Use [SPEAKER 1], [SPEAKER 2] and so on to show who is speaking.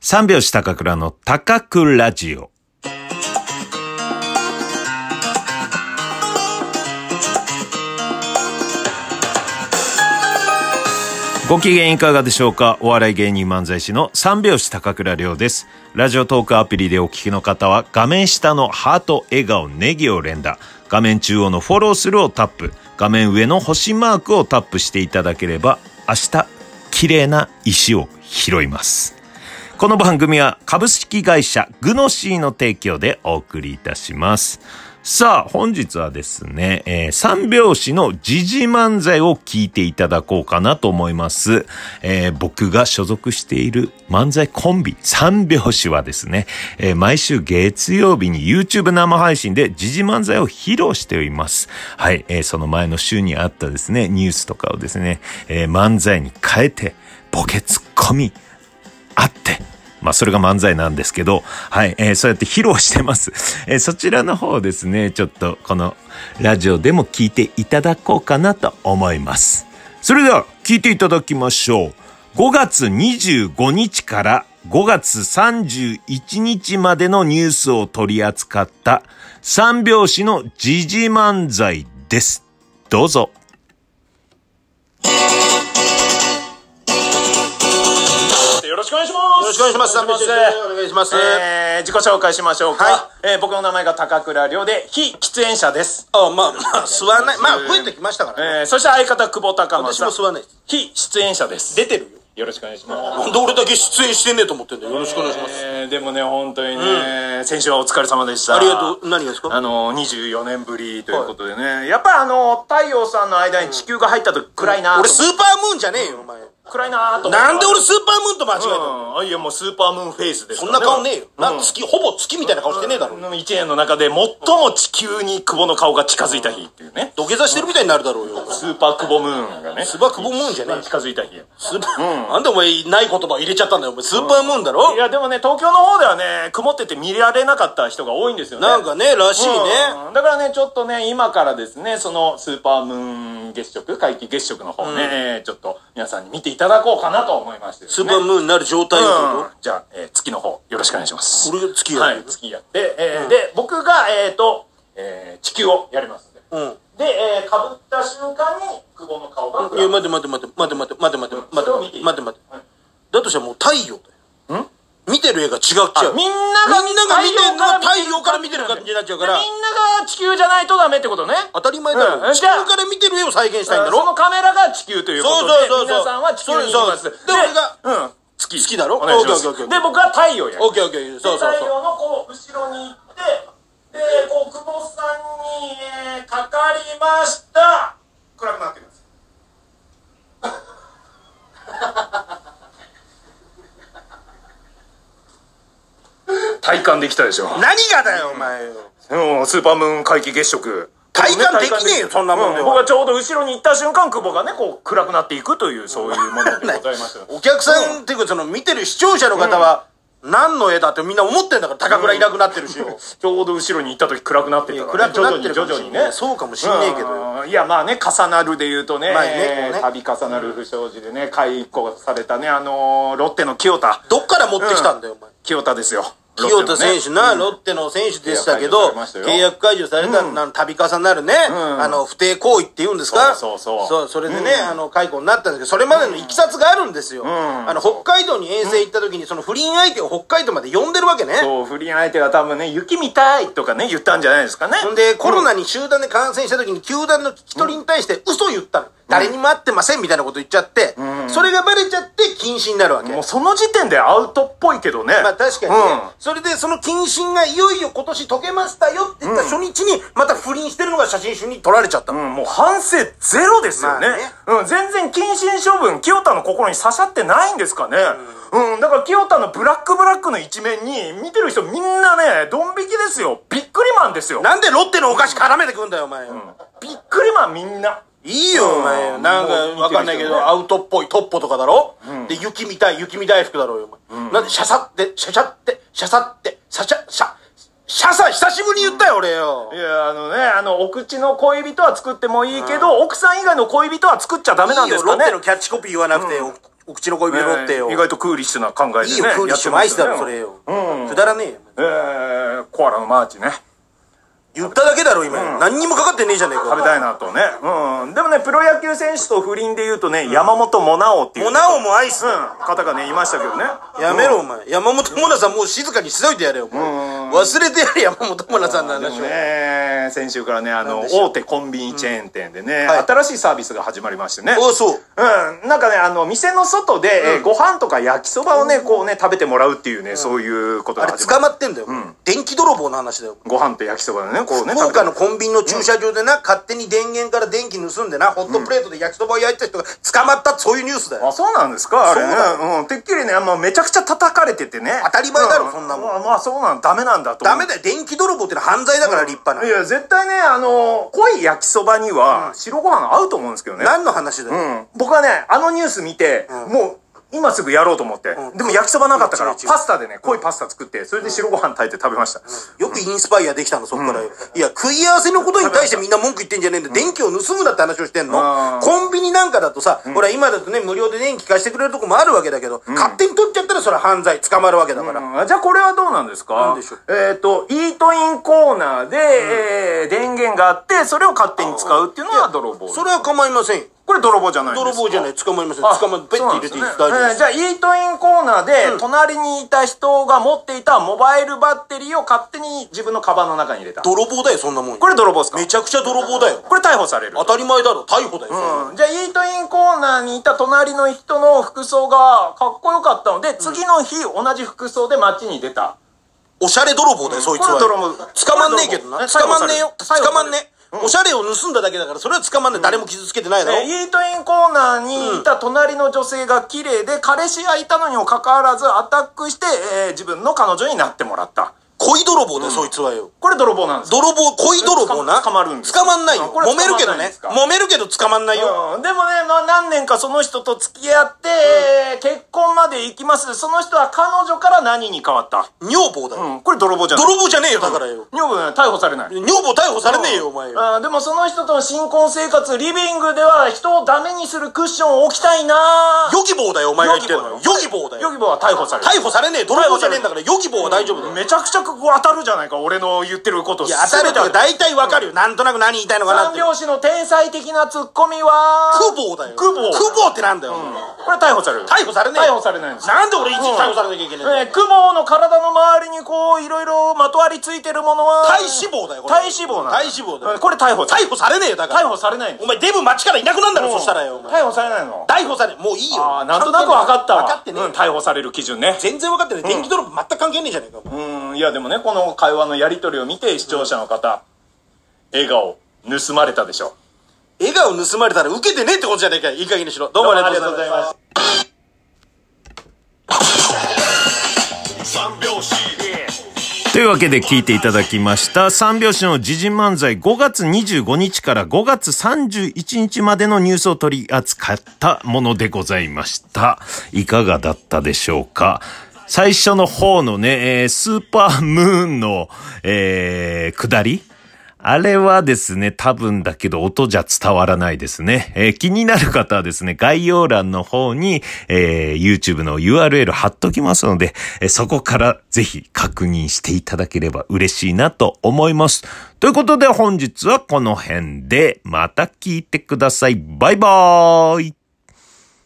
[SPEAKER 1] 三拍子高倉の高倉ラジオ。ご機嫌いかがでしょうかお笑い芸人漫才師の三拍子高倉涼です。ラジオトークアプリでお聞きの方は画面下のハート、笑顔、ネギを連打。画面中央のフォローするをタップ。画面上の星マークをタップしていただければ明日、綺麗な石を拾います。この番組は株式会社グノシーの提供でお送りいたします。さあ、本日はですね、えー三拍子の時事漫才を聞いていただこうかなと思います。えー僕が所属している漫才コンビ三拍子はですね、えー毎週月曜日に YouTube 生配信で時事漫才を披露しております。はい、えーその前の週にあったですね、ニュースとかをですね、えー漫才に変えて、ボケツッコミ、あって、まあ、それが漫才なんですけど、はい、えーそうやって披露してます。えーそちらの方をですね、ちょっとこのラジオでも聞いていただこうかなと思います。それでは、聞いていただきましょう。5月25日から5月31日までのニュースを取り扱った三拍子の時事漫才です。どうぞ。よろしくお願いします。
[SPEAKER 2] よろしくお願いします。三拍子です。お願いします。
[SPEAKER 1] えー、自己紹介しましょうか。
[SPEAKER 2] は
[SPEAKER 1] えー僕の名前が高倉涼で、非喫煙者です。
[SPEAKER 2] あ、まあ、まあ、吸わない。まあ、増えてきましたからね。
[SPEAKER 1] えー、そして相方、久保高松
[SPEAKER 2] 私
[SPEAKER 1] さ
[SPEAKER 2] も
[SPEAKER 1] ん。
[SPEAKER 2] 吸わないです。
[SPEAKER 1] 非出演者です。
[SPEAKER 2] 出てるよ。
[SPEAKER 1] よろしくお願いしま。
[SPEAKER 2] なんで俺だけ出演してねえと思ってんだよ。よろしくお願いしますす。
[SPEAKER 1] えー、でもね、本当にね、先週はお疲れ様でした。
[SPEAKER 2] ありがとう。何がですか
[SPEAKER 1] あの、24年ぶりということでね、やっぱあの、太陽さんの間に地球が入った時暗いなと思っ
[SPEAKER 2] 俺
[SPEAKER 1] て
[SPEAKER 2] スーパームーンじゃねえよ、お前。
[SPEAKER 1] 暗いなと思って
[SPEAKER 2] なんで俺スーパームーンと間違えたの
[SPEAKER 1] うん、あいやもうスーパームーンフェイスです
[SPEAKER 2] そ
[SPEAKER 1] から
[SPEAKER 2] んな
[SPEAKER 1] ね
[SPEAKER 2] 顔ねえよ。な
[SPEAKER 1] うんん
[SPEAKER 2] 月、ほぼ月みたいな顔してねえだろ。
[SPEAKER 1] 1年の中で最も地球に久保の顔が近づいた日っていうね。
[SPEAKER 2] 土下座してるみたいになるだろうよ。
[SPEAKER 1] スーパー久保ムーンがね。
[SPEAKER 2] スーパークボムーンじゃねえよ。
[SPEAKER 1] 近づいた日。い
[SPEAKER 2] スーパー、なんでお前、ない言葉入れちゃったんだよ。お前、スーパームーンだろ
[SPEAKER 1] や、でもね、東京の方ではね、曇ってて見られなかった人が多いんですよね。
[SPEAKER 2] なんかね、らしいね。
[SPEAKER 1] うんだからね、ちょっとね、今からですね、そのスーパームーン月食、皆既月食の方ね、ちょっと皆さんに見ていただこうかなと思いましてです
[SPEAKER 2] ス
[SPEAKER 1] ね、
[SPEAKER 2] ーパームーンになる状態の
[SPEAKER 1] うん
[SPEAKER 2] こ
[SPEAKER 1] じゃあ、えー月の方、よろしくお願いします。
[SPEAKER 2] と俺が月や
[SPEAKER 1] は
[SPEAKER 2] る
[SPEAKER 1] い、。月やって、えーで、僕が、えっ、と、えー地球をやりますんで。
[SPEAKER 2] うん。
[SPEAKER 1] で、えー、かぶった瞬間に、久保の顔が。
[SPEAKER 2] いや、待て待て待て待て待て待て待て待て待て待て待て。だとしたらもう太陽だよ。見てる絵が違っちゃう。
[SPEAKER 1] みんなが、
[SPEAKER 2] みんなが見てるのは太陽から見てる感じになっちゃうから
[SPEAKER 1] み、んなが地球じゃないとダメってことね。
[SPEAKER 2] 当たり前だ
[SPEAKER 1] うん
[SPEAKER 2] ろ。地球から見てる絵を再現したいんだ
[SPEAKER 1] そ
[SPEAKER 2] ろ
[SPEAKER 1] のカメラが地球ということで、
[SPEAKER 2] そうそうそうそう
[SPEAKER 1] 皆さんは地球にいます。
[SPEAKER 2] そうそうで俺が
[SPEAKER 1] うん、月。
[SPEAKER 2] 月だろ
[SPEAKER 1] お願いします
[SPEAKER 2] オッケーオッケーオッケ
[SPEAKER 1] で、
[SPEAKER 2] ー
[SPEAKER 1] 僕は太陽やる。
[SPEAKER 2] オッケーオッケー。そうそう
[SPEAKER 1] で太
[SPEAKER 2] そう。
[SPEAKER 1] 陽のこう、後ろに行って、で、こう、久保さんに、えーかかりました。暗くなってくださ い。体感できたでしょ
[SPEAKER 2] 何がだよ、お前よ。
[SPEAKER 1] うん、スーパームーン皆既月食。
[SPEAKER 2] 体感できねえよそんなもんでは
[SPEAKER 1] う僕がちょうど後ろに行った瞬間、久保がね、こう暗くなっていくという、そういうものでございます。
[SPEAKER 2] お客さんっていうか、その見てる視聴者の方は、何の絵だってみんな思ってんだから、高倉いなくなってるしよ。
[SPEAKER 1] ちょうど後ろに行った時暗くなってたから、
[SPEAKER 2] 暗
[SPEAKER 1] ね、
[SPEAKER 2] くなってる
[SPEAKER 1] 徐
[SPEAKER 2] か
[SPEAKER 1] 々
[SPEAKER 2] も
[SPEAKER 1] に徐々
[SPEAKER 2] しん
[SPEAKER 1] に
[SPEAKER 2] な
[SPEAKER 1] ね
[SPEAKER 2] い。。そうかもしんねえけどよ。
[SPEAKER 1] うんいやまあね重なるで言うとね,、
[SPEAKER 2] まあねこうね
[SPEAKER 1] 度重なる不祥事でね解雇されたねあのーロッテの清田
[SPEAKER 2] どっから持ってきたんだよ、お前。
[SPEAKER 1] 清田ですよ
[SPEAKER 2] 清田選手
[SPEAKER 1] ロッテのね
[SPEAKER 2] な、ロッテの選手でしたけど、
[SPEAKER 1] 契約解除されましたよ
[SPEAKER 2] 契約解除された、なん度重なるね、あの、不定行為って言うんですか
[SPEAKER 1] そうそうそう
[SPEAKER 2] そう、それでね、あの、解雇になったんですけど、それまでのいきさつがあるんですよ。あの、北海道に遠征行った時に、その不倫相手を北海道まで呼んでるわけね。
[SPEAKER 1] そう不倫相手が多分ね雪見たいとかね言ったんじゃないですかね
[SPEAKER 2] ほんで、コロナに集団で感染した時に、球団の聞き取りに対して嘘言ったの。誰にも会ってませんみたいなこと言っちゃって、それがバレちゃって禁止になるわけ。
[SPEAKER 1] もうその時点でアウトっぽいけどね
[SPEAKER 2] まあ確かにね、
[SPEAKER 1] うん
[SPEAKER 2] それでその謹慎がいよいよ今年解けましたよって言った初日に、また不倫してるのが写真集に撮られちゃったの。
[SPEAKER 1] うんもう反省ゼロですよね,、うん、全然謹慎処分清田の心に刺さってないんですかね、うんだから清田のブラックブラックの一面に見てる人みんなねドン引きですよびっくりマンですよ
[SPEAKER 2] なんでロッテのお菓子絡めてくんだよ、お前。
[SPEAKER 1] びっくりマンみんない
[SPEAKER 2] いよ、お前。
[SPEAKER 1] うん
[SPEAKER 2] なんか、
[SPEAKER 1] もう
[SPEAKER 2] わかんないけ
[SPEAKER 1] 見てる人ね
[SPEAKER 2] ど、アウトっぽいトッポとかだろ、で、雪見たい、雪見大福だろうよ、お前。なんで、シャサって、シャシャって、シャサって、シャシャ、シャ、シャサ、久しぶりに言ったよ、俺よ
[SPEAKER 1] い。やあのねあのお口の恋人は作ってもいいけど、奥さん以外の恋人は作っちゃダメなんですかね
[SPEAKER 2] いいよロッテのキャッチコピー言わなくて、おお口の恋人ロッテよ。
[SPEAKER 3] 意外とクーリッシュな考えでね
[SPEAKER 2] いいよ、クーリッシュマイスだろ、それよ。くだらねえよ。
[SPEAKER 3] えー、コアラのマーチね
[SPEAKER 2] 言っただけだろ、今。何にもかかってねえじゃねえ
[SPEAKER 3] 食べ
[SPEAKER 2] か。
[SPEAKER 3] たいなとねうんでもねプロ野球選手と不倫でいうとね、山本モナオっていう
[SPEAKER 2] モナオもアイスだ。
[SPEAKER 3] うん方がねいましたけどね
[SPEAKER 2] やめろ、お前。山本もなさん、もう静かにしといてやれよ、お前。忘れてやれ、山本もなさんの話を。
[SPEAKER 3] ね先週からねあの
[SPEAKER 2] でしょう
[SPEAKER 3] 大手コンビニチェーン店でね、
[SPEAKER 2] はい
[SPEAKER 3] 新しいサービスが始まりましてね
[SPEAKER 2] おそう。
[SPEAKER 3] うん、なんかねあの店の外で、えーご飯とか焼きそばをねこうね食べてもらうっていうね、そういうこと
[SPEAKER 2] あ
[SPEAKER 3] が
[SPEAKER 2] れ、
[SPEAKER 3] 始ま
[SPEAKER 2] 捕まってんだよ。電気泥棒の話だよ。
[SPEAKER 3] ご飯と焼きそばでねこうね
[SPEAKER 2] 福
[SPEAKER 3] 食べて
[SPEAKER 2] 岡のコンビニの駐車場でな、勝手に電源から電気盗んでな、ホットプレートで焼きそばを焼いた人が捕まったってそういうニュースだよ。
[SPEAKER 3] あそうなんですかあれ
[SPEAKER 2] そうだ
[SPEAKER 3] ね、うん、てっきりねもうめちゃくちゃ叩かれててね
[SPEAKER 2] 当たり前だろ
[SPEAKER 3] う
[SPEAKER 2] そんなもん
[SPEAKER 3] まあまあそうなんダメなんだと思
[SPEAKER 2] ダ
[SPEAKER 3] う
[SPEAKER 2] メだよ、電気泥棒ってのは犯罪だから立派
[SPEAKER 3] い
[SPEAKER 2] な。
[SPEAKER 3] や絶対ねあの濃い焼きそばには白ご飯合うと思うんですけどね、
[SPEAKER 2] 何の話だ
[SPEAKER 3] う
[SPEAKER 2] よ。
[SPEAKER 3] ん、僕はねあのニュース見て、
[SPEAKER 2] うん
[SPEAKER 3] もう今すぐやろうと思って、
[SPEAKER 2] うん
[SPEAKER 3] でも焼きそばなかったから、
[SPEAKER 2] 違う違う
[SPEAKER 3] パスタでね濃いパスタ作ってそれで白ご飯炊いて食べました、
[SPEAKER 2] よくインスパイアできたの、そっからよ。いや、食い合わせのことに対してみんな文句言ってんじゃねえんだよ。電気を盗むなって話をしてん
[SPEAKER 3] あー
[SPEAKER 2] の。コンビニなんかだとさ、ほら、今だとね、無料で電気貸してくれるとこもあるわけだけど、勝手に取っちゃったらそれは犯罪、捕まるわけだから。
[SPEAKER 3] うんじゃあこれはどうなんですか
[SPEAKER 2] なんでしょう
[SPEAKER 3] えっ、とイートインコーナーで、えー電源があってそれを勝手に使うっていうのは泥棒
[SPEAKER 2] それは構いませんよ。
[SPEAKER 3] これ泥棒じゃないんですか
[SPEAKER 2] 泥棒じゃない、捕まりません。捕まる、ペッて入れていいです。
[SPEAKER 3] そう
[SPEAKER 2] 大
[SPEAKER 3] なんで
[SPEAKER 2] 丈夫ですす
[SPEAKER 3] ね。えーじゃあ、イートインコーナーで、隣にいた人が持っていたモバイルバッテリーを勝手に自分のカバンの中に入れた。こ
[SPEAKER 2] 泥棒だよ、そんなもんよ。
[SPEAKER 3] れ泥棒ですか
[SPEAKER 2] めちゃくちゃ泥棒だよ。
[SPEAKER 3] これ逮捕される。
[SPEAKER 2] 当たり前だろ、逮捕だよ。そんなの
[SPEAKER 3] うんじゃあ、イートインコーナーにいた隣の人の服装がかっこよかったので、次の日同じ服装で街に出た。
[SPEAKER 2] おしゃれ泥棒だよ、そいつ
[SPEAKER 3] こ
[SPEAKER 2] は。
[SPEAKER 3] れ泥棒
[SPEAKER 2] 捕まんねえけどな。
[SPEAKER 3] これ泥
[SPEAKER 2] 捕
[SPEAKER 3] 棒
[SPEAKER 2] まんねえよ。
[SPEAKER 3] 逮捕される
[SPEAKER 2] 捕まんねえ。おしゃれを盗んだだけだから、それは捕まんねえ。誰も傷つけてないだろ。
[SPEAKER 3] でイートインコーナーにいた隣の女性が綺麗で、彼氏がいたのにもかかわらずアタックして、えー自分の彼女になってもらった。
[SPEAKER 2] 恋泥棒だよ、そいつはよ。
[SPEAKER 3] これ泥棒なんですか
[SPEAKER 2] 泥棒、恋泥棒な。
[SPEAKER 3] 捕まるんです
[SPEAKER 2] 捕まんないよ。
[SPEAKER 3] これ捕ま
[SPEAKER 2] 揉
[SPEAKER 3] んない
[SPEAKER 2] めるけどね
[SPEAKER 3] です。か
[SPEAKER 2] 揉めるけど捕まんないよ。
[SPEAKER 3] うんでもね、まあ、何年かその人と付き合って、えー結婚まで行きます。その人は彼女から何に変わった、
[SPEAKER 2] 女房だよ。
[SPEAKER 3] これ泥棒じゃない。
[SPEAKER 2] 泥棒じゃねえよ、だからよ。
[SPEAKER 3] 女房ね、逮捕されない。
[SPEAKER 2] 女房逮捕されねえよ、お前よ。
[SPEAKER 3] あーでもその人との新婚生活、リビングでは人をダメにするクッションを置きたいな
[SPEAKER 2] ヨギ棒だよ、お前が言ってんのよ。ヨギ棒だ
[SPEAKER 3] ヨ
[SPEAKER 2] よ。
[SPEAKER 3] ギボーは逮捕される。
[SPEAKER 2] 逮捕されねえ、泥棒じゃねえんだから、ヨギ棒は大丈夫だよ。
[SPEAKER 3] めちゃくちゃここ当たるじゃないか、俺の言ってること。
[SPEAKER 2] いや、当たるとか
[SPEAKER 3] 全て
[SPEAKER 2] 大体わかるよ。なんとなく何言いたいのかなっ
[SPEAKER 3] 三
[SPEAKER 2] て。
[SPEAKER 3] 拍子の天才的なツッコミは
[SPEAKER 2] ク、ボだよ。
[SPEAKER 3] クボ
[SPEAKER 2] クボってなんだよ。お前
[SPEAKER 3] これ逮捕される。
[SPEAKER 2] 逮捕されねえ
[SPEAKER 3] 逮捕されないんですよ
[SPEAKER 2] なんで俺いちいち逮捕されなきゃいけないんだ
[SPEAKER 3] え
[SPEAKER 2] よ
[SPEAKER 3] ー、クモの体の周りにこう、いろいろまとわりついてるものは、
[SPEAKER 2] 体脂肪だよこれ
[SPEAKER 3] 体脂肪なん
[SPEAKER 2] 体脂肪だよ
[SPEAKER 3] えーこれ逮捕
[SPEAKER 2] 逮捕されねえよだから
[SPEAKER 3] 逮捕されないんで
[SPEAKER 2] お
[SPEAKER 3] す
[SPEAKER 2] 前デブ街からいなくなんだろそしたらよお前
[SPEAKER 3] 逮捕されないの
[SPEAKER 2] 逮捕されもういいよ
[SPEAKER 3] ああ、なんとなく分かったわ。
[SPEAKER 2] 分かってねえ
[SPEAKER 3] うん、逮捕される基準ね。
[SPEAKER 2] 全然分かってない電気泥棒全く関係ねえじゃねえかお
[SPEAKER 3] う
[SPEAKER 2] 前
[SPEAKER 3] ん、いやでもね、この会話のやりとりを見て、視聴者の方、笑顔、盗まれたでしょ。
[SPEAKER 2] 笑顔盗まれたらウケてねえってことじゃねえかいい加減にしろどうもありがとうございます
[SPEAKER 1] というわけで聞いていただきました三拍子の時事漫才5月25日から5月31日までのニュースを取り扱ったものでございましたいかがだったでしょうか最初の方のね、えースーパームーンの、えー、下りあれはですね、多分だけど音じゃ伝わらないですね。えー気になる方はですね、概要欄の方に、えー YouTube の URL 貼っときますので、えーそこからぜひ確認していただければ嬉しいなと思います。ということで本日はこの辺で、また聞いてください。バイバーイ